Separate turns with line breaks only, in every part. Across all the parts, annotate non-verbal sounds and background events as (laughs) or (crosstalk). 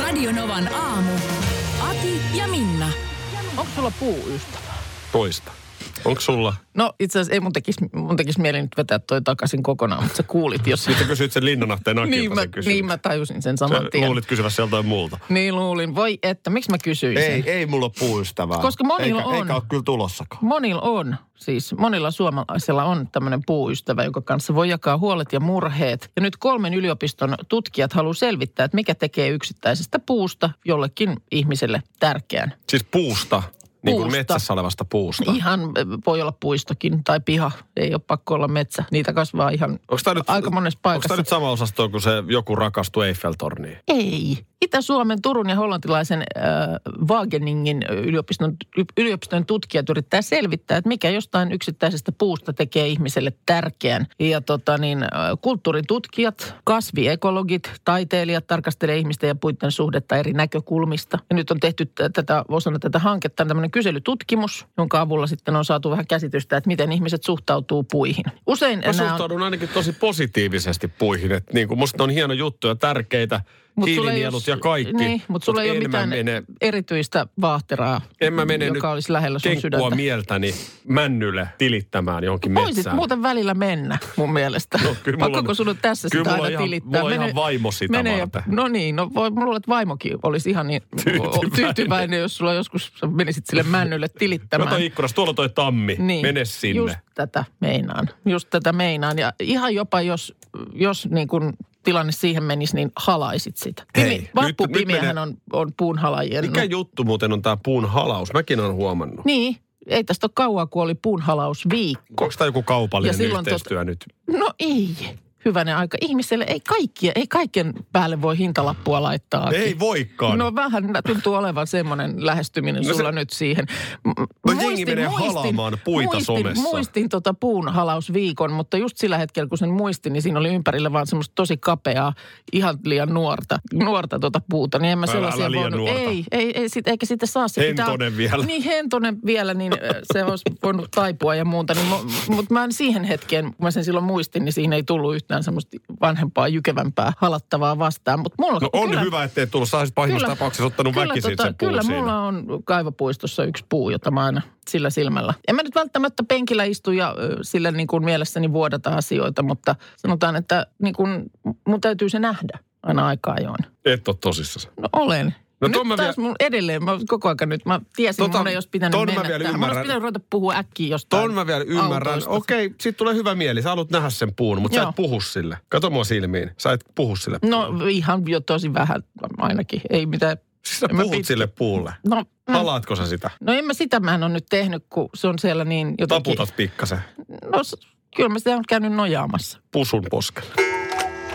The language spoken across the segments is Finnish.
Radionovan aamu. Ati ja Minna.
Onko sulla puuystävä?
Toista. Onko sulla?
No itse asiassa ei mun tekisi, mun tekisi mieli nyt vetää toi takaisin kokonaan, mutta sä kuulit jos...
Nyt sä kysyit sen Linnanahteen
niin,
Akilta
mä,
sen kysymyksen.
niin mä tajusin sen saman
Sä
tien.
luulit kysyvässä joltain muulta.
Niin luulin. Voi että, miksi mä kysyin
Ei,
sen?
ei mulla ole puuystävää.
Koska monilla
eikä,
on.
Eikä ole kyllä tulossakaan.
Monilla on, siis monilla suomalaisilla on tämmöinen puuystävä, jonka kanssa voi jakaa huolet ja murheet. Ja nyt kolmen yliopiston tutkijat haluaa selvittää, että mikä tekee yksittäisestä puusta jollekin ihmiselle tärkeän.
Siis puusta. Niin kuin
Puusta.
metsässä olevasta puusta.
Ihan ö, voi olla puistokin tai piha, ei ole pakko olla metsä. Niitä kasvaa ihan
Onko tämä nyt,
aika monessa
Onko
paikassa.
tämä nyt sama osasto kuin se joku rakastui Eiffeltorniin?
Ei. Itä-Suomen, Turun ja hollantilaisen äh, Wageningin yliopiston, yliopiston tutkijat yrittää selvittää, että mikä jostain yksittäisestä puusta tekee ihmiselle tärkeän. Ja tota niin, äh, kulttuuritutkijat, kasviekologit, taiteilijat tarkastelee ihmisten ja puiden suhdetta eri näkökulmista. Ja nyt on tehty t- tätä, osana tätä hanketta tämmöinen kyselytutkimus, jonka avulla sitten on saatu vähän käsitystä, että miten ihmiset suhtautuu puihin. Usein
Mä
nämä on-
suhtaudun ainakin tosi positiivisesti puihin. Et niin kuin musta ne on hieno juttu ja tärkeitä.
Mut sulla ei
hiilinielut
oo-
ja kaikki.
Niin, mutta sulla ei ole
en mä
mitään
mene,
erityistä vaahteraa,
en mä mene
joka
nyt
olisi lähellä sun
kenkkua
sydäntä.
mieltäni männylle tilittämään johonkin
Voisit
metsään.
muuten välillä mennä mun mielestä.
No, kyllä mulla on-
Pakko sun on tässä
kyllä
sitä
mulla on
aina
ihan-
tilittää.
mulla on ihan vaimo sitä
mene
varten.
no niin, no voi, mulla että vaimokin olisi ihan niin tyytyväinen,
Tyytyväinen.
tyytyväinen jos sulla joskus sä menisit sille männylle tilittämään.
Kato ikkunasta, tuolla toi tammi.
Niin.
Mene sinne.
Just tätä meinaan. Just tätä meinaan. Ja ihan jopa jos, jos niin kuin tilanne siihen menisi, niin halaisit sitä.
Hei,
Pimi,
nyt-
vappupimiähän
nyt
on, on puunhalajien. no,
Mikä juttu muuten on tämä puun halaus? Mäkin olen huomannut.
Niin, ei tästä ole kauaa, kun oli puunhalausviikko.
Onko tämä joku
Ja
kaupallinen
silloin
yhteistyö nyt?
No ei, hyvänen aika. Ihmiselle ei kaikkia, ei kaiken päälle voi hintalappua laittaa.
Ei voikaan.
No vähän tuntuu olevan semmoinen lähestyminen no
No se- No
sulla nyt siihen. M-
jengi menee halaamaan puita
muistin,
somessa.
Muistin tota puun halausviikon, mutta just sillä hetkellä kun sen muistin, niin siinä oli ympärillä vaan semmoista tosi kapeaa, ihan liian nuorta, nuorta tota puuta. Niin en mä
Älä-
sellaisia
älä liian
voinut.
nuorta.
Ei, ei, ei sit, eikä sitä saa. Se pitää-
Hentonen vielä.
Niin hentonen vielä, niin ö, se olisi voinut taipua ja muuta. Niin mutta mä en siihen hetkeen, kun mä sen silloin muistin, niin siinä ei tullut yhtään semmoista vanhempaa, jykevämpää, halattavaa vastaan. Mut mulla
No on
kyllä-
hyvä, ettei tullut. Sä olisit pahimmassa tapauksessa ottanut
kyllä tota,
väkisin sen puun
Kyllä
siinä.
mulla on kaivopuistossa yksi puu, jota mä aina sillä silmällä. En mä nyt välttämättä penkillä istu ja ö, sillä niin kuin mielessäni vuodata asioita, mutta sanotaan, että niin kuin mun täytyy se nähdä aina aika ajoin.
Et ole tosissaan.
No olen.
No
nyt
ton mä
taas
vie-
mun edelleen, mä koko ajan nyt, mä tiesin, tota,
Tota,
mun ei olisi pitänyt
ton mä
mennä
vielä
tähän. Mun olisi
ymmärrän.
pitänyt ruveta puhua äkkiä jostain
Ton mä vielä ymmärrän.
autoista.
Okei, sit tulee hyvä mieli. Sä haluat nähdä sen puun, mutta sä
Joo.
et puhu sille. Kato mua silmiin. Sä et puhu sille.
No ihan jo tosi vähän ainakin, ei mitään.
Siis sä
en mä
puhut
pitkä-
sille puulle.
No, mm.
Halaatko sä sitä?
no en mä sitä mä en ole nyt tehnyt, kun se on siellä niin jotenkin...
Taputat pikkasen
No s- kyllä mä sitä on käynyt nojaamassa.
pusun poskelle.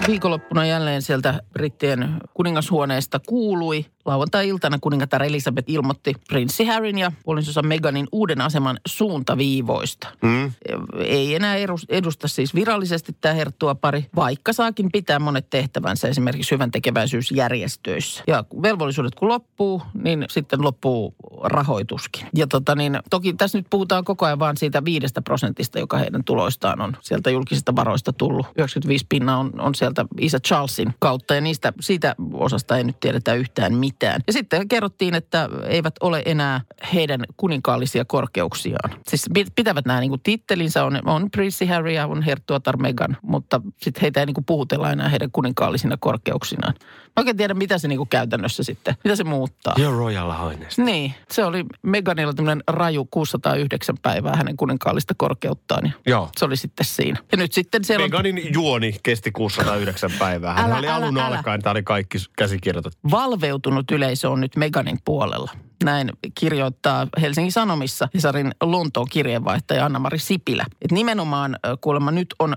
Viikonloppuna jälleen sieltä brittien kuningashuoneesta kuului. Lauantai-iltana kuningatar Elisabeth ilmoitti prinssi Harryn ja puolisonsa Meganin uuden aseman suuntaviivoista.
Mm.
Ei enää erus- edusta siis virallisesti tämä herttua pari, vaikka saakin pitää monet tehtävänsä esimerkiksi hyvän tekeväisyysjärjestöissä. Ja kun velvollisuudet kun loppuu, niin sitten loppuu rahoituskin. Ja tota niin, toki tässä nyt puhutaan koko ajan vaan siitä viidestä prosentista, joka heidän tuloistaan on sieltä julkisista varoista tullut. 95 pinna on, on sieltä isä Charlesin kautta ja niistä, siitä osasta ei nyt tiedetä yhtään mitään. Ja sitten kerrottiin, että eivät ole enää heidän kuninkaallisia korkeuksiaan. Siis pit- pitävät nämä niin tittelinsä, on, on prinssi Harry ja on herttuatar Meghan, mutta sitten heitä ei niin puhutella enää heidän kuninkaallisina korkeuksinaan. Mä oikein tiedä, mitä se niin käytännössä sitten, mitä se muuttaa.
Your Royal Highness.
Niin, se oli Meganilla tämmöinen raju 609 päivää hänen kuninkaallista korkeuttaan ja
Joo.
se oli sitten siinä. Ja nyt sitten siellä on
Meganin juoni kesti 609 päivää. Hän
Älä,
oli
älä,
alun
älä.
alkaen, tämä oli kaikki käsikirjoitettu.
valveutunut yleisö on nyt Meganin puolella. Näin kirjoittaa Helsingin Sanomissa Hesarin Lontoon kirjeenvaihtaja Anna-Mari Sipilä. Et nimenomaan ö, kuulemma nyt on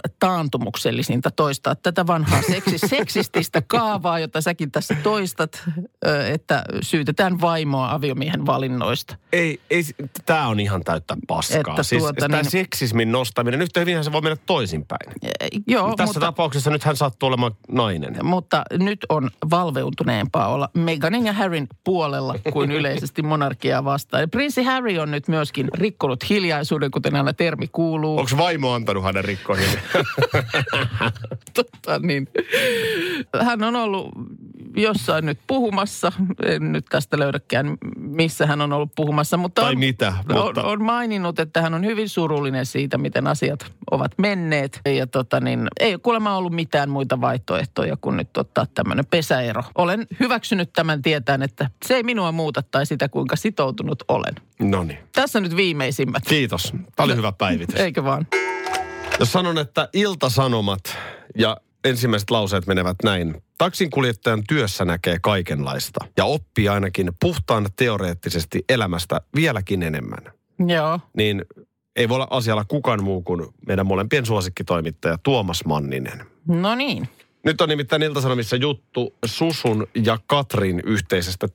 taantumuksellisinta toistaa tätä vanhaa seksi, seksististä kaavaa, jota säkin tässä toistat, ö, että syytetään vaimoa aviomiehen valinnoista.
Ei, ei, tämä on ihan täyttä paskaa.
Että
siis,
tuota
tämä
niin-
seksismin nostaminen, yhtä hyvinhän se voi mennä toisinpäin.
Ö, E, Joo,
Tässä
mutta,
tapauksessa nyt hän sattuu olemaan nainen.
mutta nyt on valveutuneempaa olla Meganin ja Harryn puolella kuin yleisesti monarkiaa vastaan. Ja prinssi Harry on nyt myöskin rikkonut hiljaisuuden, kuten aina termi kuuluu.
Onko vaimo antanut hänen (laughs) rikkoihin?
tota, (laughs) niin, hän on ollut jossain nyt puhumassa, en nyt tästä löydäkään missä hän on ollut puhumassa, mutta,
Tai
on,
mitä, mutta-
on, No, on maininnut, että hän on hyvin surullinen siitä, miten asiat ovat menneet. Ja tota, niin, ei ole kuulemma ollut mitään muita vaihtoehtoja kuin nyt ottaa tämmöinen pesäero. Olen hyväksynyt tämän tietään, että se ei minua muuta tai sitä, kuinka sitoutunut olen.
no niin.
Tässä nyt viimeisimmät,
Kiitos. Tämä oli hyvä päivitys.
eikö vaan?
Jos sanon, että iltasanomat ja ensimmäiset lauseet menevät näin. Taksinkuljettajan työssä näkee kaikenlaista ja oppii ainakin puhtaan teoreettisesti elämästä vieläkin enemmän.
Joo.
Niin ei voi olla asialla kukaan muu kuin meidän molempien suosikkitoimittaja Tuomas Manninen.
No niin.
Nyt on nimittäin Iltasanomissa juttu Susun ja Katrin yhteisestä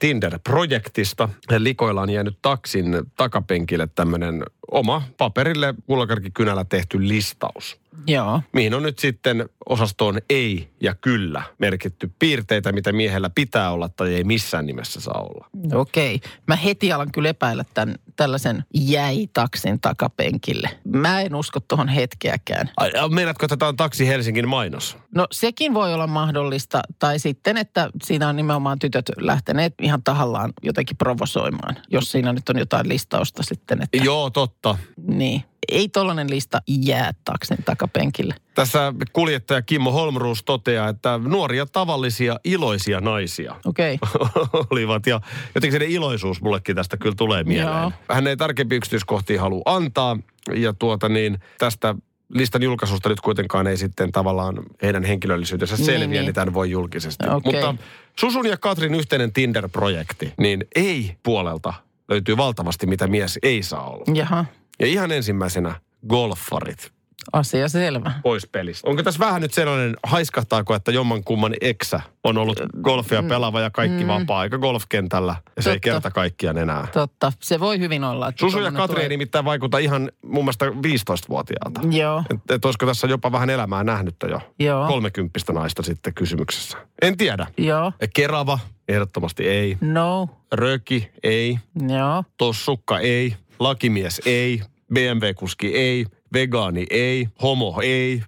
Tinder-projektista. Likoilla on jäänyt taksin takapenkille tämmöinen oma paperille kulkakärkikynällä tehty listaus
Joo.
mihin on nyt sitten osastoon ei ja kyllä merkitty piirteitä, mitä miehellä pitää olla tai ei missään nimessä saa olla.
Okei. Mä heti alan kyllä epäillä tämän, tällaisen jäi taksin takapenkille. Mä en usko tuohon hetkeäkään.
Ai, ai, Meinaatko, että tämä on Taksi Helsingin mainos?
No sekin voi olla mahdollista, tai sitten, että siinä on nimenomaan tytöt lähteneet ihan tahallaan jotenkin provosoimaan, jos siinä nyt on jotain listausta sitten, että
Joo, totta.
niin. Ei tollainen lista jää taksin takapenkille.
Tässä kuljettaja Kimmo Holmruus toteaa, että nuoria tavallisia iloisia naisia
Okei.
(laughs) olivat. Ja jotenkin se iloisuus mullekin tästä kyllä tulee mieleen.
Joo.
Hän ei tarkempi yksityiskohtia halua antaa. Ja tuota niin, tästä listan julkaisusta nyt kuitenkaan ei sitten tavallaan heidän henkilöllisyytensä
Niin,
selviä, niin,
niin.
tämän voi julkisesti.
Okei.
Mutta Susun ja Katrin yhteinen Tinder-projekti, niin ei puolelta löytyy valtavasti, mitä mies ei saa olla.
Jaha.
Ja ihan ensimmäisenä golfarit
Asia selvä.
pois pelistä. Onko tässä vähän nyt sellainen, haiskahtaako, että jommankumman eksä on ollut golfia pelaava ja kaikki mm. vapaa-aika golfkentällä ja se ei
Totta.
kerta kaikkiaan enää.
Totta. Se voi hyvin olla. Että
Susu ja
tuollainen
Katri ei nimittäin vaikuta ihan mun mielestä 15-vuotiaalta.
tulee. Joo.
Että et olisiko tässä jopa vähän elämää nähnyttä jo.
Joo.
Kolmekymppistä naista sitten kysymyksessä. En tiedä.
Joo.
Kerava, ehdottomasti ei.
No.
Röki, ei.
Joo. (laughs)
Tossukka, ei. Lakimies, ei. BMW-kuski, ei. Vegaani, ei. Homo, ei.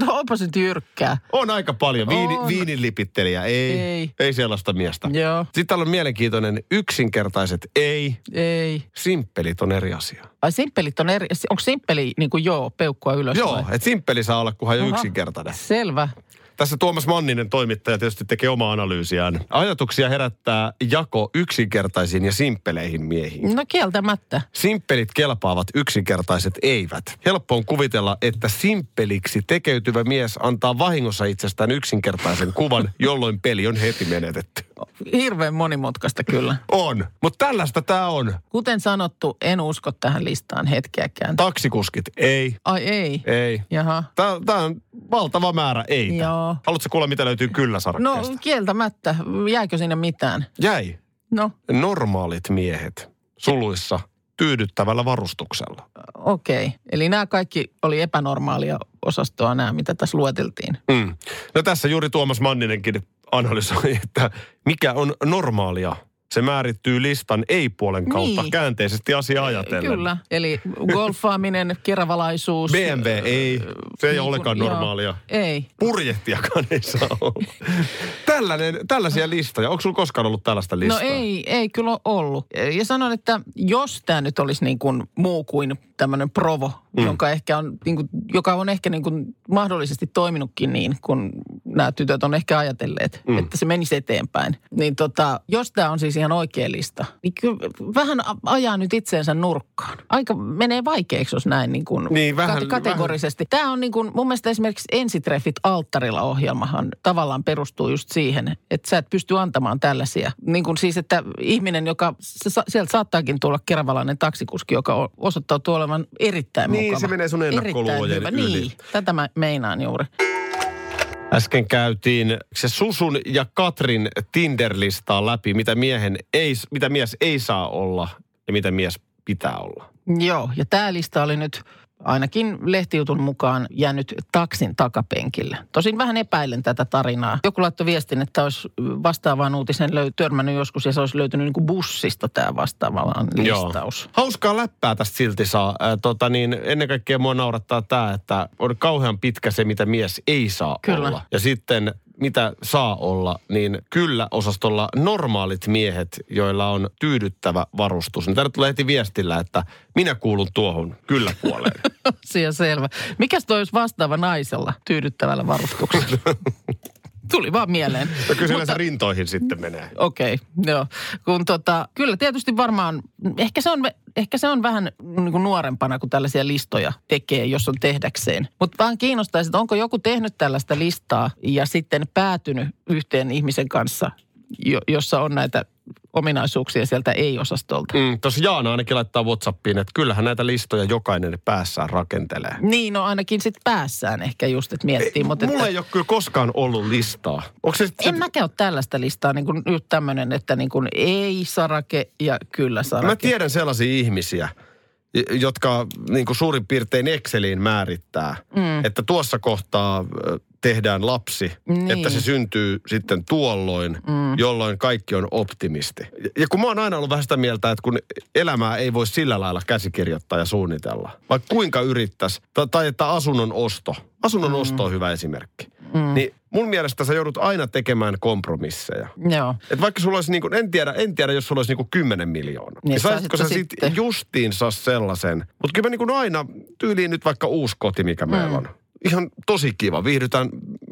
No onpa se tyrkkää.
On aika paljon. Viini,
On.
Viininlipittelijä, ei,
Ei.
ei. Ei sellaista miestä.
Joo.
Sitten täällä on mielenkiintoinen yksinkertaiset ei.
Ei.
Simppelit on eri asia.
Ai simppelit on eri. Onko simppeli niin kuin joo, peukkua ylös vai?
Joo, että simppeli saa olla, kunhan on
Aha.
yksinkertainen.
Selvä.
Tässä Tuomas Manninen toimittaja tietysti tekee omaa analyysiään. Ajatuksia herättää jako yksinkertaisiin ja simppeleihin miehiin.
No kieltämättä.
Simppelit kelpaavat, yksinkertaiset eivät. Helppo on kuvitella, että simppeliksi tekeytyvä mies antaa vahingossa itsestään yksinkertaisen kuvan, jolloin peli on heti menetetty.
Hirveän monimutkaista kyllä.
On, mutta tällaista tämä on.
Kuten sanottu, en usko tähän listaan hetkeäkään.
Taksikuskit, ei,
Ai ei.
ei.
Jaha.
Tämä on valtava määrä ei.
Joo.
Haluatko kuulla, mitä löytyy kyllä
No
sarkkeesta?
kieltämättä. Jääkö sinne mitään?
Jäi.
No
Normaalit miehet, suluissa, tyydyttävällä varustuksella.
okei. Okay. Eli nämä kaikki oli epänormaalia osastoa nämä, mitä tässä lueteltiin.
Mm. No tässä juuri Tuomas Manninenkin analysoi, että mikä on normaalia. Se määrittyy listan ei-puolen kautta
Niin.
käänteisesti asia ajatellen.
Kyllä. Eli (laughs) golfaaminen, keravalaisuus.
BMW ei. Se ei
Niin kuin-
olekaan
joo.
normaalia.
Ei.
Purjehtiakaan ei saa olla. (laughs) Tällainen, tällaisia listoja. Onko sulla koskaan ollut tällaista listaa?
No ei, ei kyllä ole ollut. Ja sanon, että jos tämä nyt olisi niin kuin muu kuin tämmöinen provo, mm. jonka ehkä on, niin kuin, joka on ehkä niin kuin mahdollisesti toiminutkin niin, kun nämä tytöt on ehkä ajatelleet, mm. että se menisi eteenpäin. Niin tota, jos tämä on siis ihan oikea lista, niin kyllä vähän a- ajaa nyt itseensä nurkkaan. Aika menee vaikeaksi, jos näin niin kuin
Niin, vähän-
kate- kategorisesti. Tämä on niin kuin, mun mielestä esimerkiksi Ensitreffit alttarilla ohjelmahan tavallaan perustuu just siihen, että sä et pysty antamaan tällaisia. Niin kuin siis, että ihminen, joka, se, sa- sieltä saattaakin tulla kervalainen taksikuski, joka o- osoittautuu olevan erittäin
Niin,
mukava.
se menee sun ennakkoluulojen
Erittäin hyvä,
yli.
Niin, tätä mä meinaan juuri.
Äsken käytiin se Susun ja Katrin Tinder-listaa läpi, mitä, miehen ei, mitä mies ei saa olla ja mitä mies pitää olla.
Joo, ja tämä lista oli nyt ainakin lehtijutun mukaan jäänyt taksin takapenkille. Tosin vähän epäilen tätä tarinaa. Joku laittoi viestin, että olisi vastaavaan uutisen löy- törmännyt joskus ja se olisi löytynyt niin kuin bussista tämä vastaavaan listaus. (laughs)
Joo. Hauskaa läppää tästä silti saa. Äh, tota niin, ennen kaikkea mua naurattaa tämä, että on kauhean pitkä se, mitä mies ei saa
Kyllä.
olla. Ja sitten mitä saa olla, niin kyllä osastolla normaalit miehet, joilla on tyydyttävä varustus. Niin Tänne tulee heti viestillä, että minä kuulun tuohon kyllä
(laughs)
puoleen.
Asia selvä. Mikäs toi olisi vastaava naisella
(laughs)
tyydyttävällä varustuksella? Tuli vaan mieleen.
No kyllä se yleensä rintoihin sitten menee.
Okei, okay, joo. Kun tota, kyllä tietysti varmaan, ehkä se on, ehkä se on vähän niin kuin nuorempana, kun tällaisia listoja tekee, jos on tehdäkseen. Mutta vaan kiinnostaisi, että onko joku tehnyt tällaista listaa ja sitten päätynyt yhteen ihmisen kanssa, jo, jossa on näitä ominaisuuksia sieltä ei-osastolta.
Mm, Tuossa Jaana ainakin laittaa Whatsappiin, että kyllähän näitä listoja jokainen päässään rakentelee.
Niin, no ainakin sitten päässään ehkä just, että miettii. mutta
Mulla
että...
Mm. ei ole kyllä koskaan ollut listaa. Onko se,
En mäkään ole tällaista listaa, niin kuin nyt tämmöinen, että niin kuin ei-sarake ja kyllä-sarake.
Mä tiedän sellaisia ihmisiä, j- jotka niin kuin suurin piirtein Exceliin määrittää, mm. että tuossa kohtaa ö, tehdään lapsi,
Niin.
niin. että se syntyy sitten tuolloin, mm. jolloin kaikki on optimisti. Ja- Ja kun mä oon aina ollut vähän sitä mieltä, että kun elämää ei voi sillä lailla käsikirjoittaa ja suunnitella, vaikka kuinka yrittäisi, tai, tai että asunnon osto. Asunnon mm. osto on hyvä esimerkki. Mm. Niin mun mielestä sä joudut aina tekemään kompromisseja.
Joo.
Et vaikka sulla olisi, niin kuin, en, tiedä, en tiedä, jos sulla olisi niin kuin 10 miljoonaa.
Niin,
Niin, saisitko sä
saisitko
sit
sitten?
justiinsa sellaisen? Mutta kyllä mä niin kuin aina tyyliin nyt vaikka uusi koti, mikä mm. meillä on. Ihan tosi kiva, viihdytään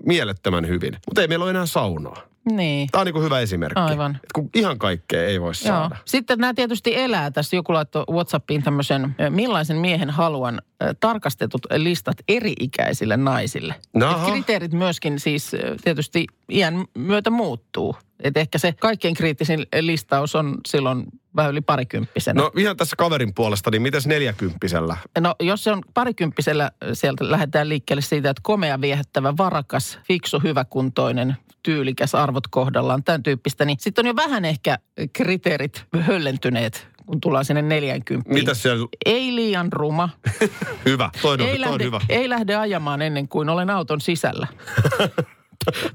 mielettömän hyvin. Mutta ei meillä ole enää saunaa.
Niin.
Tämä on niin kuin hyvä esimerkki.
Aivan.
Et kun ihan kaikkea ei voi
Joo.
saada.
Sitten nämä tietysti elää. Tässä joku laittoi Whatsappiin tämmöisen, ö, millaisen miehen haluan ö, tarkastetut listat eri-ikäisille naisille.
No
Et
aha.
kriteerit myöskin siis ö, tietysti iän myötä muuttuu. Et ehkä se kaikkein kriittisin listaus on silloin vähän yli parikymppisenä.
No ihan tässä kaverin puolesta, niin mites neljäkymppisellä?
No jos se on parikymppisellä, sieltä lähdetään liikkeelle siitä, että komea, viehättävä, varakas, fiksu, hyväkuntoinen, tyylikäs, arvot kohdallaan, tämän tyyppistä, niin sitten on jo vähän ehkä kriteerit höllentyneet, kun tullaan sinne 40.
Mitäs siellä?
Ei liian ruma.
Hyvä, toi on,
ei,
toi on
lähde,
hyvä.
ei lähde ajamaan ennen kuin olen auton
(laughs)
sisällä.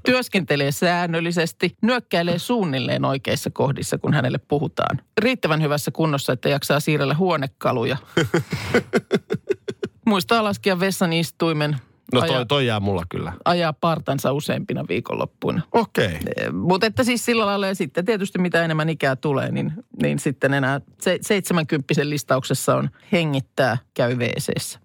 Työskentelee säännöllisesti, nyökkäilee suunnilleen oikeissa kohdissa, kun hänelle puhutaan. Riittävän hyvässä kunnossa, että jaksaa siirrellä
(laughs)
huonekaluja. Muistaa laskea vessan istuimen,
No
aja-
toi, toi jää mulla kyllä.
ajaa partansa useimpina viikonloppuina.
Okei. Okay.
Mutta että siis sillä lailla ja sitten tietysti mitä enemmän ikää tulee, niin, niin sitten enää se, 70 listauksessa on hengittää, käy wc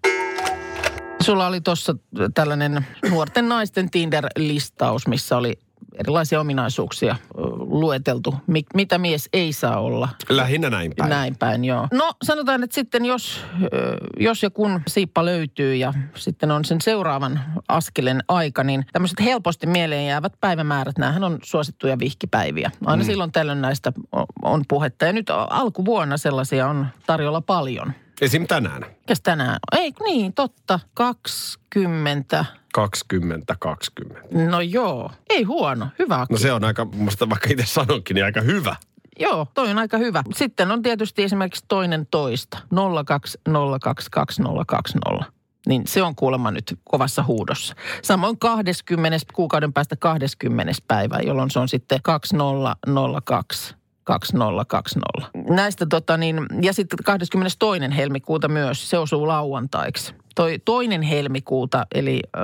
Sulla oli tuossa tällainen nuorten naisten Tinder-listaus, missä oli erilaisia ominaisuuksia ö, lueteltu, mi- mitä mies ei saa olla.
Lähinnä näin päin.
Näin päin, joo. No sanotaan, että sitten jos, ö, jos ja kun siippa löytyy ja sitten on sen seuraavan askelen aika, niin tämmöiset helposti mieleen jäävät päivämäärät, näähän on suosittuja vihkipäiviä. Aina mm. silloin tällöin näistä o- on puhetta ja nyt a- alkuvuonna sellaisia on tarjolla paljon.
Esim. tänään.
Mikäs tänään? Ei, kun niin, totta. 20.
20-20.
No joo. Ei huono. Hyvä.
No se on aika, musta vaikka itse sanonkin, niin aika hyvä.
Joo, toi on aika hyvä. Sitten on tietysti esimerkiksi toinen toista, 020222020. Niin se on kuulemma nyt kovassa huudossa. Samoin 20. kuukauden päästä 20. päivää, jolloin se on sitten 2002. 2020. Näistä tota niin, ja sitten 22. helmikuuta myös, se osuu lauantaiksi. Toi toinen helmikuuta, eli ö,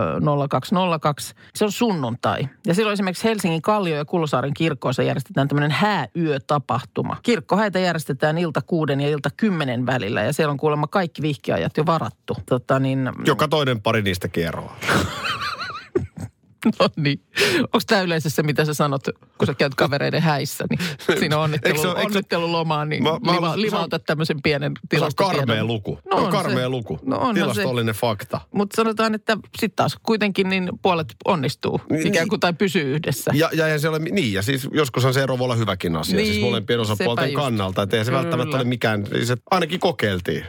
0202, se on sunnuntai. Ja silloin esimerkiksi Helsingin Kallio- ja Kulosaaren kirkkoissa järjestetään tämmöinen hääyötapahtuma. Kirkkohäitä järjestetään ilta kuuden ja ilta kymmenen välillä, ja siellä on kuulemma kaikki vihkiajat jo varattu. Tota niin,
Joka toinen pari niistä kieroa.
(laughs) No niin. Onko tämä yleensä se, mitä sä sanot, kun sä käyt kavereiden häissä, niin siinä on
Eikö se
onnittelu,
ole- eikö se-
onnittelulomaa, niin
Mä-
mä,
mä
liva,
haluan-
livauta tämmöisen pienen
Se on
tilastotiedon.
karmea luku.
No
No, on
on
karmea
se.
luku.
No onhan se.
Tilastollinen fakta.
Mutta sanotaan, että sitten taas kuitenkin niin puolet onnistuu
Niin.
ikään kuin tai pysyy yhdessä.
Ja, ja, ja se ole, niin, ja siis joskushan se ero voi olla hyväkin asia, niin, siis
Niin,
molempien
sepä
osapuolten
just.
kannalta. Että eihän se
Kyllä.
välttämättä ole mikään, siis et ainakin
(laughs)
kokeiltiin.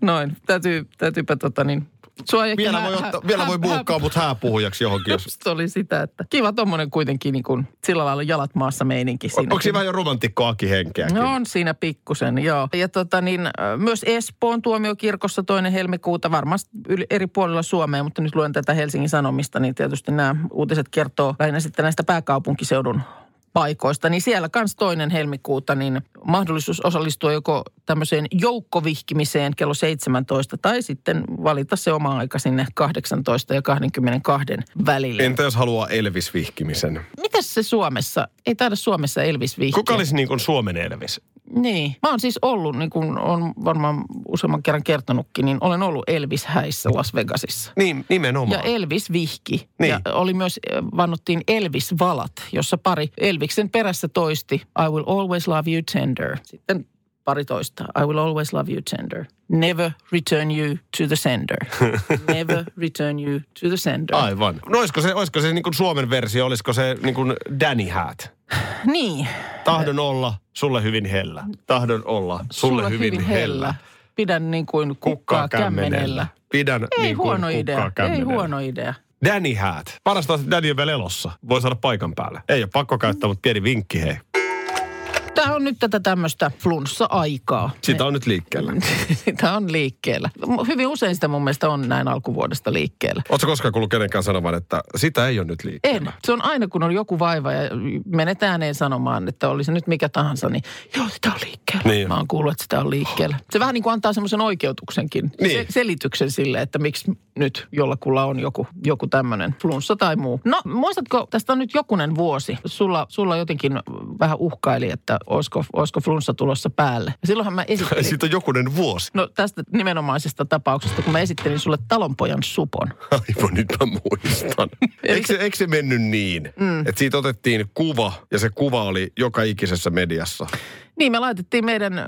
Noin, täytyy, täytyypä tota niin... Sua ei ehkä
Vielä
hä-
voi,
hä-
ottaa, vielä
hä-
voi
hä-
buukkaa mut hääpuhujaksi johonkin, jos...
Just oli sitä, että kiva tommonen kuitenkin niin kuin sillä lailla jalat maassa meininki
On,
siinä.
onko siinä vähän jo romantikko Aki henkeäkin?
No on siinä pikkusen, joo. Ja tota niin, äh, myös Espoon tuomiokirkossa toinen helmikuuta, varmasti yli, eri puolilla Suomea, mutta nyt luen tätä Helsingin Sanomista, niin tietysti nämä uutiset kertoo lähinnä sitten näistä pääkaupunkiseudun paikoista, niin siellä kans toinen helmikuuta, niin mahdollisuus osallistua joko tämmöiseen joukkovihkimiseen kello 17 tai sitten valita se oma aika sinne 18 ja 22 välille. En...
Entä jos haluaa Elvis-vihkimisen?
Mitäs se Suomessa? Ei taida Suomessa Elvis vihkiä.
Kuka olisi niin kuin Suomen Elvis?
Niin. Mä oon siis ollut, niin kuin on varmaan useamman kerran kertonutkin, niin olen ollut Elvis häissä Las Vegasissa.
Niin,
Ja
nimenomaan.
Elvis vihki.
Niin.
Ja oli myös, äh, vannottiin Elvis valat, jossa pari Elviksen perässä toisti I will always love you tender. Sitten pari toista. I will always love you tender. Never return you to the
(laughs)
sender. Never return you to the sender.
Aivan. No olisiko se, olisiko se niin kuin Suomen versio, olisiko se niin kuin Danny Hat?
Niin.
Tahdon olla sulle hyvin hellä. Tahdon olla sulle, hyvin, hellä.
Pidän niin kuin kukkaa kämmenellä.
Pidän
Ei
niin kuin
huono
kukkaa
idea, ei
kämmenellä.
huono idea.
Danny Hat. Parasta on, että Danny on vielä elossa. Voi saada paikan päälle. Ei ole pakko käyttää, mutta pieni vinkki hei.
Tämä on nyt tätä tämmöistä flunssa-aikaa.
Sitä on nyt
(laughs)
liikkeellä.
Sitä on liikkeellä. M- Hyvin usein sitä mun mielestä on näin alkuvuodesta liikkeellä.
Oletko koskaan kuullut kenenkään sanovan, että sitä ei ole nyt liikkeellä?
En. Se on aina, kun on joku vaiva ja menet ääneen sanomaan, että oli se nyt mikä tahansa, niin joo, sitä on liikkeellä.
Niin.
Mä oon kuullut, että sitä on liikkeellä. Se vähän niin kuin antaa semmoisen oikeutuksenkin,
Niin.
se, selityksen sille, että miksi nyt jollakulla on joku, joku tämmöinen flunssa tai muu. No, muistatko, tästä on nyt jokunen vuosi. Sulla, sulla jotenkin vähän uhkaili, että olisiko, olisiko flunssa tulossa päälle. Ja
(laughs)
silloinhan mä esittelin...
Siitä on jokunen vuosi.
No tästä nimenomaisesta tapauksesta, kun mä esittelin sulle talonpojan supon.
Aivan nyt mä
(laughs)
muistan. Eikö se, eikö se mennyt niin, mm. että siitä otettiin kuva ja se kuva oli joka ikisessä mediassa?
Niin, me laitettiin meidän ö,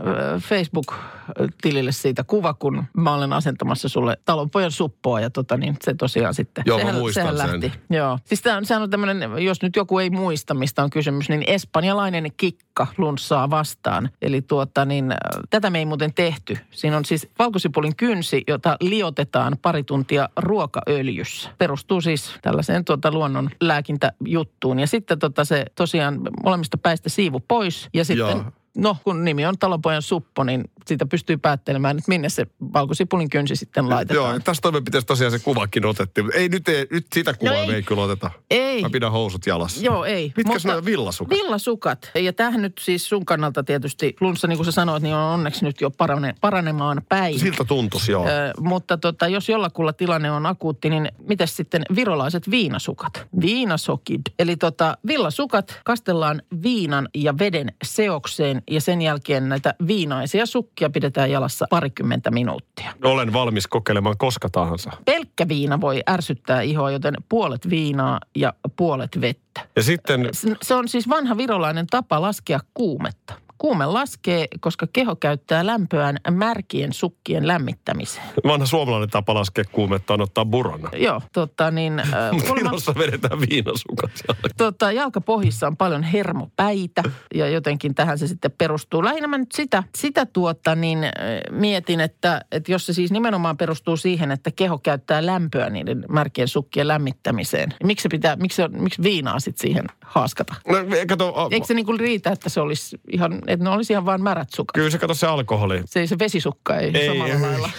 Facebook-tilille siitä kuva, kun mä olen asentamassa sulle talonpojan suppoa. Ja tota niin, se tosiaan sitten,
Joo, mä
sehän,
muistan
sehän
sen.
lähti. Joo. Siis tämä on, sehän on tämmöinen, jos nyt joku ei muista, mistä on kysymys, niin espanjalainen kikka lunssaa vastaan. Eli tuota niin, äh, tätä me ei muuten tehty. Siinä on siis valkosipulin kynsi, jota liotetaan pari tuntia ruokaöljyssä. Perustuu siis tällaiseen tuota luonnon lääkintäjuttuun. Ja sitten tota se tosiaan molemmista päistä siivu pois ja sitten...
Joo.
No, kun nimi on talonpojan suppo, niin siitä pystyy päättelemään, että minne se valkosipulin kynsi sitten laitetaan.
Joo, ja tässä toimenpiteessä tosiaan se kuvakin otettiin. Mutta ei nyt, ei, nyt sitä kuvaa
No
no
ei.
me ei kyllä oteta.
Ei.
Mä pidän housut jalassa.
Joo, ei.
Mitkäs Mutta... nämä villasukat?
Villasukat. Ja tähän nyt siis sun kannalta tietysti, Lunssa, niin kuin sä sanoit, niin on onneksi nyt jo parane, paranemaan päin.
Siltä tuntus, joo.
Ö, mutta tota, jos jollakulla tilanne on akuutti, niin mitäs sitten virolaiset viinasukat? Viinasokid. Eli tota, villasukat kastellaan viinan ja veden seokseen ja sen jälkeen näitä viinaisia sukkia pidetään jalassa parikymmentä minuuttia.
Olen valmis kokeilemaan koska tahansa.
Pelkkä viina voi ärsyttää ihoa, joten puolet viinaa ja puolet vettä.
Ja sitten
Se- Se on siis vanha virolainen tapa laskea kuumetta. Kuume laskee, koska keho käyttää lämpöään märkien sukkien lämmittämiseen.
vanha suomalainen tapa laskea kuumetta on ottaa burona.
Joo, tota niin, äh,
(laughs) Mutta
kuulemma,
Virossa vedetään viinasukat jalkaan.
tota, jalkapohjissa on paljon hermopäitä ja jotenkin tähän se sitten perustuu. Lähinnä mä nyt sitä, sitä tuota niin äh, mietin, että, että jos se siis nimenomaan perustuu siihen, että keho käyttää lämpöä niiden märkien sukkien lämmittämiseen. niin Miksi, se pitää, miksi, se on, miksi viinaa sitten siihen haaskata?
No, kato, a,
Eikö se niin kuin riitä, että se olisi ihan, että ne olisi ihan vain märät sukat?
kyllä se kato se alkoholi.
Se, ei- se vesisukka ei, ei samalla lailla.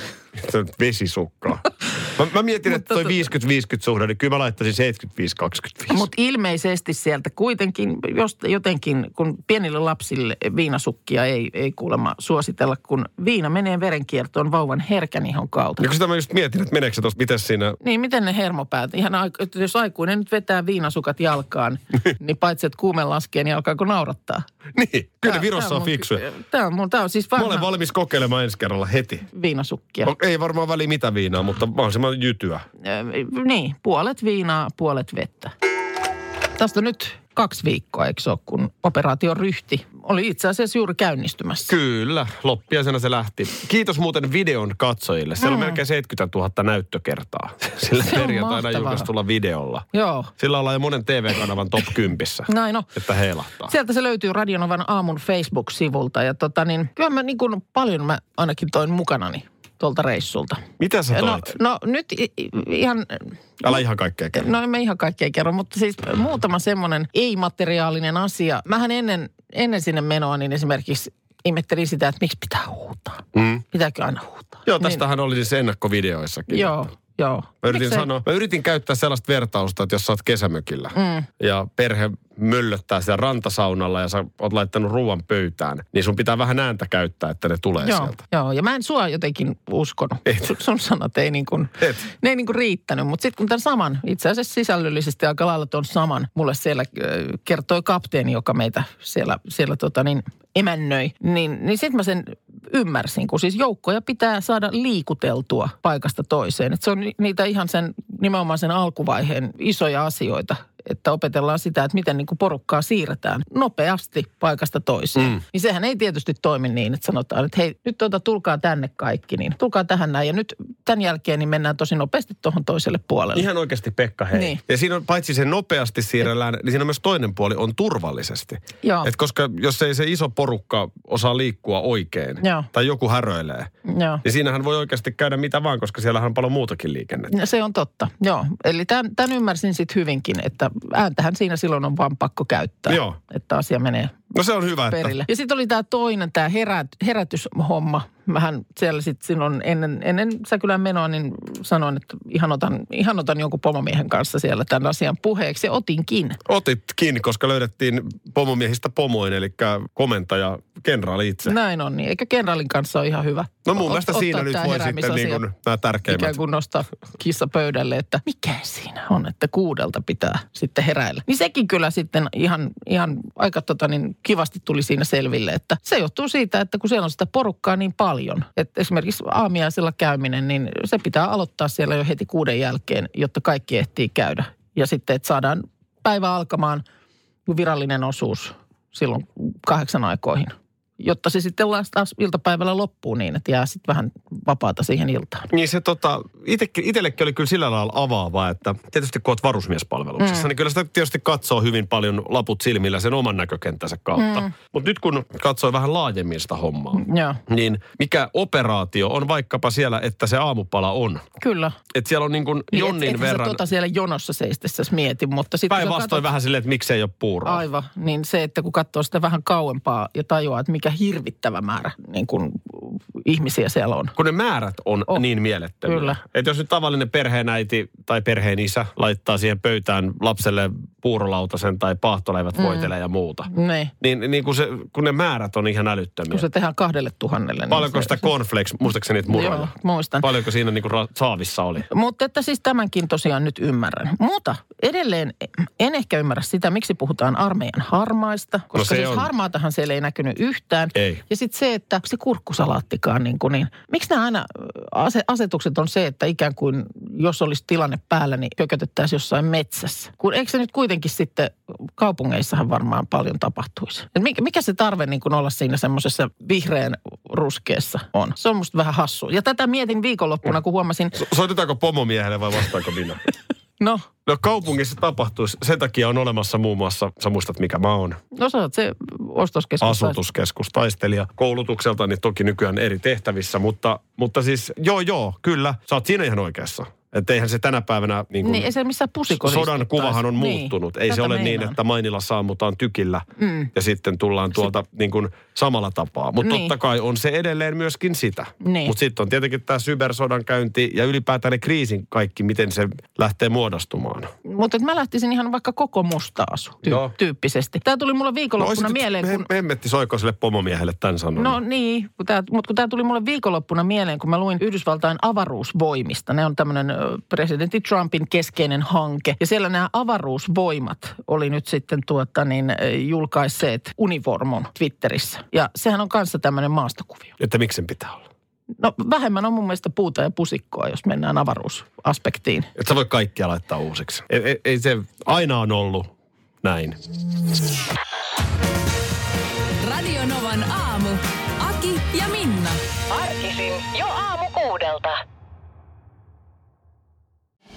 Se on vesisukkaa. Mä, mä mietin, että toi 50-50 suhde, niin kyllä mä laittaisin 75-25.
Mutta ilmeisesti sieltä kuitenkin, jos jotenkin, kun pienille lapsille viinasukkia ei, ei kuulemma suositella, kun viina menee verenkiertoon vauvan herkän ihon
Ja
kautta.
Niin kun sitä mä just mietin, että meneekö se tuossa, miten siinä...
Niin, miten ne hermopäät? Ihan, aiku- että jos aikuinen nyt vetää viinasukat
(laughs)
jalkaan, niin paitsi että kuume laskee, niin alkaako naurattaa?
Niin, kyllä
Tää-
ne Virossa
tää
on
mun-
fiksuja.
Tää on, mun, tää on siis
Mä olen
vanha
valmis kokeilemaan ensi kerralla heti.
viinasukkia.
O- Ei varmaan väli mitä viinaa, mutta mä olisin varmaan jytyä.
Ö, niin, puolet viinaa, puolet vettä. Tästä on nyt kaksi viikkoa, eikö se ole, kun operaatio ryhti oli itse asiassa juuri käynnistymässä.
Kyllä, loppiaisena se lähti. Kiitos muuten videon katsojille. Siellä on melkein 70 000 näyttökertaa sillä
Mm. Se on
perjantaina
mahtavaa.
julkaistulla videolla.
Joo,
Sillä ollaan jo monen TV-kanavan top 10,
näin on.
että heilahtaa.
Sieltä No. se löytyy Radionovan aamun Facebook-sivulta ja tota niin, kyllä mä niin kuin paljon mä ainakin toin mukanani tuolta reissulta.
Mitä sä toit?
No, no nyt i- i- ihan,
Älä ihan kaikkea kerro.
no en mä ihan kaikkea kerro, mutta siis muutama semmoinen ei-materiaalinen asia. Mähän ennen, ennen sinne menoa niin esimerkiksi ihmettelin sitä, että miksi pitää huutaa.
Mm.
Pitääkö aina huutaa?
Joo, tästähän oli siis ennakkovideoissakin.
Niin, joo, joo.
Mä yritin,
Miksei-
sanoa, mä yritin käyttää sellaista vertausta, että jos sä oot kesämökillä
Mm.
ja perhe möllöttää siellä rantasaunalla ja sä oot laittanut ruoan pöytään, niin sun pitää vähän ääntä käyttää, että ne tulee
Joo,
sieltä.
joo, ja mä en sua jotenkin uskonut.
Et.
Sun- Sun sanat ei niin kuin,
Et.
ne ei niin kuin riittänyt, mutta sitten kun tämän saman, itse asiassa sisällöllisesti aika lailla tuon saman, mulle siellä ö, kertoi kapteeni, joka meitä siellä, siellä tota niin, emännöi, niin, niin sitten mä sen ymmärsin, kun siis joukkoja pitää saada liikuteltua paikasta toiseen. Et se on ni- niitä ihan sen, nimenomaan sen alkuvaiheen isoja asioita, että opetellaan sitä, että miten niin kuin porukkaa siirretään nopeasti paikasta toiseen. Mm. Niin sehän ei tietysti toimi niin, että sanotaan, että hei, nyt tuota, tulkaa tänne kaikki, niin tulkaa tähän näin. Ja nyt tämän jälkeen niin mennään tosi nopeasti tuohon toiselle puolelle.
Ihan oikeasti Pekka, hei.
Niin.
Ja siinä on paitsi se nopeasti siirrellään, niin siinä on myös toinen puoli, on turvallisesti.
Joo.
Et koska jos ei se iso porukka osaa liikkua oikein
Joo.
tai joku häröilee,
Joo.
niin siinähän voi oikeasti käydä mitä vaan, koska siellähän on paljon muutakin liikennettä.
No, se on totta, joo. Eli tämän, tämän ymmärsin sitten hyvinkin, että ääntähän siinä silloin on vaan pakko käyttää,
Joo.
että asia menee
No se on hyvä, että...
perille. Ja sitten oli tämä toinen, tämä herät, herätyshomma. Mähän siellä sitten silloin ennen, ennen Säkylän menoa, niin sanoin, että ihan otan, ihan otan jonkun pomomiehen kanssa siellä tämän asian puheeksi. Ja otinkin.
Otitkin, koska löydettiin pomomiehistä pomoin, eli komentaja, kenraali itse. No,
Näin on, niin eikö kenraalin kanssa ole ihan hyvä?
no mun
ot-
mielestä
ottaa
siinä nyt
tää
voi sitten
heräämisasia
niin kuin, nämä tärkeimmät.
ikään kuin nostaa kissa pöydälle, että mikä siinä on, että kuudelta pitää sitten heräillä. Niin sekin kyllä sitten ihan, ihan aika tota, niin kivasti tuli siinä selville, että se johtuu siitä, että kun siellä on sitä porukkaa niin paljon, että esimerkiksi aamiaisella käyminen, niin se pitää aloittaa siellä jo heti kuuden jälkeen, jotta kaikki ehtii käydä. Ja sitten, että saadaan päivä alkamaan kun virallinen osuus silloin kahdeksan aikoihin jotta se sitten taas iltapäivällä loppuu niin, että jää sitten vähän vapaata siihen iltaan.
Niin se tota, itekin, itellekin oli kyllä sillä lailla avaavaa, että tietysti kun oot varusmiespalveluksessa, mm. niin kyllä sitä tietysti katsoo hyvin paljon laput silmillä sen oman näkökenttänsä kautta. Mm. Mutta nyt kun katsoi vähän laajemmin sitä hommaa, mm.
Joo,
niin mikä operaatio on vaikkapa siellä, että se aamupala on?
kyllä.
Että siellä on niin kuin
Niin,
jonnin
et, ethän
verran...
Sä tota siellä jonossa seistessä mieti, mutta sitten... kun sä
Päinvastoin vähän silleen, että miksei ole puuroa.
Aivan, niin se, että kun katsoo sitä vähän kauempaa ja tajuaa, että mikä hirvittävä määrä niin kun, ihmisiä siellä on.
kun ne määrät on oh,
On.
niin mielettömiä.
Kyllä.
Että jos nyt tavallinen perheenäiti tai perheen isä laittaa siihen pöytään lapselle puurolautasen tai paahtoleivät mm. voitele ja muuta.
Niin,
Niin, niin kun, se, kun ne määrät on ihan älyttömiä.
kun se tehdään kahdelle tuhannelle. niin
Paljonko
se-
sitä cornflakes, muistaakseni niitä muroja?
Joo, muistan.
Paljonko siinä niinku ra- saavissa oli?
Mutta että siis tämänkin tosiaan nyt ymmärrän. Mutta edelleen en ehkä ymmärrä sitä, miksi puhutaan armeijan harmaista, koska
se
no siis
on.
on. harmaatahan siellä ei näkynyt yhtään.
Ei.
Ja sitten se, että se kurkkusalaattikaan niin kuin niin. Miksi nämä aina ö, ase- asetukset on se, että ikään kuin jos olisi tilanne päällä, niin kökötettäisiin jossain metsässä? Kun eikö se nyt kuitenkin sitten, kaupungeissahan varmaan paljon tapahtuisi. Et mikä, mikä se tarve niin kuin olla siinä semmoisessa vihreän ruskeessa on? Se on musta vähän hassu. Ja tätä mietin viikonloppuna, kun huomasin,
So- soitetaanko pomomiehelle vai vastaanko
(laughs)
minä?
no
No kaupungissa tapahtuisi. Sen takia on olemassa muun muassa, sä muistat mikä mä oon,
No sä oot se ostoskeskus.
asutuskeskus, taistelija koulutukselta, niin toki nykyään eri tehtävissä, mutta, mutta siis joo joo, kyllä, sä oot siinä ihan oikeassa. Että eihän se tänä päivänä, niin kuin,
Niin ei se Niin, missään pusikorissa.
sodan kuvahan on muuttunut. Ei se ole niin, että Mainilassa ammutaan tykillä mm. ja sitten tullaan tuolta niin kuin samalla tapaa. Mutta
Niin.
totta kai on se edelleen myöskin sitä.
Niin.
Mutta sitten on tietenkin tämä sybersodan käynti ja ylipäätään ne kriisin kaikki, miten se lähtee muodostumaan.
Mutta mä lähtisin ihan vaikka koko musta asu
Joo.
ty- tyyppisesti. Tämä tuli mulle viikonloppuna
oisit-
mieleen, kun...
me, Hemmetti Soikoselle pomomiehelle tämän sanon.
No niin, kun tää, mutta kun tämä tuli mulle viikonloppuna mieleen, kun mä luin Yhdysvaltain avaruusvoimista. Ne on tämmöinen presidentti Trumpin keskeinen hanke. Ja siellä nämä avaruusvoimat oli nyt sitten tuota niin, ö, julkaisseet univormon Twitterissä. Ja sehän on kanssa tämmöinen maastokuvio.
Että miksi sen pitää olla?
No vähemmän on mun mielestä puuta ja pusikkoa, jos mennään avaruusaspektiin.
Et sä voi kaikkia laittaa uusiksi. Ei, ei, ei se aina on ollut näin.
Radio Novan aamu. Aki ja Minna.
Arkisin jo aamu kuudelta.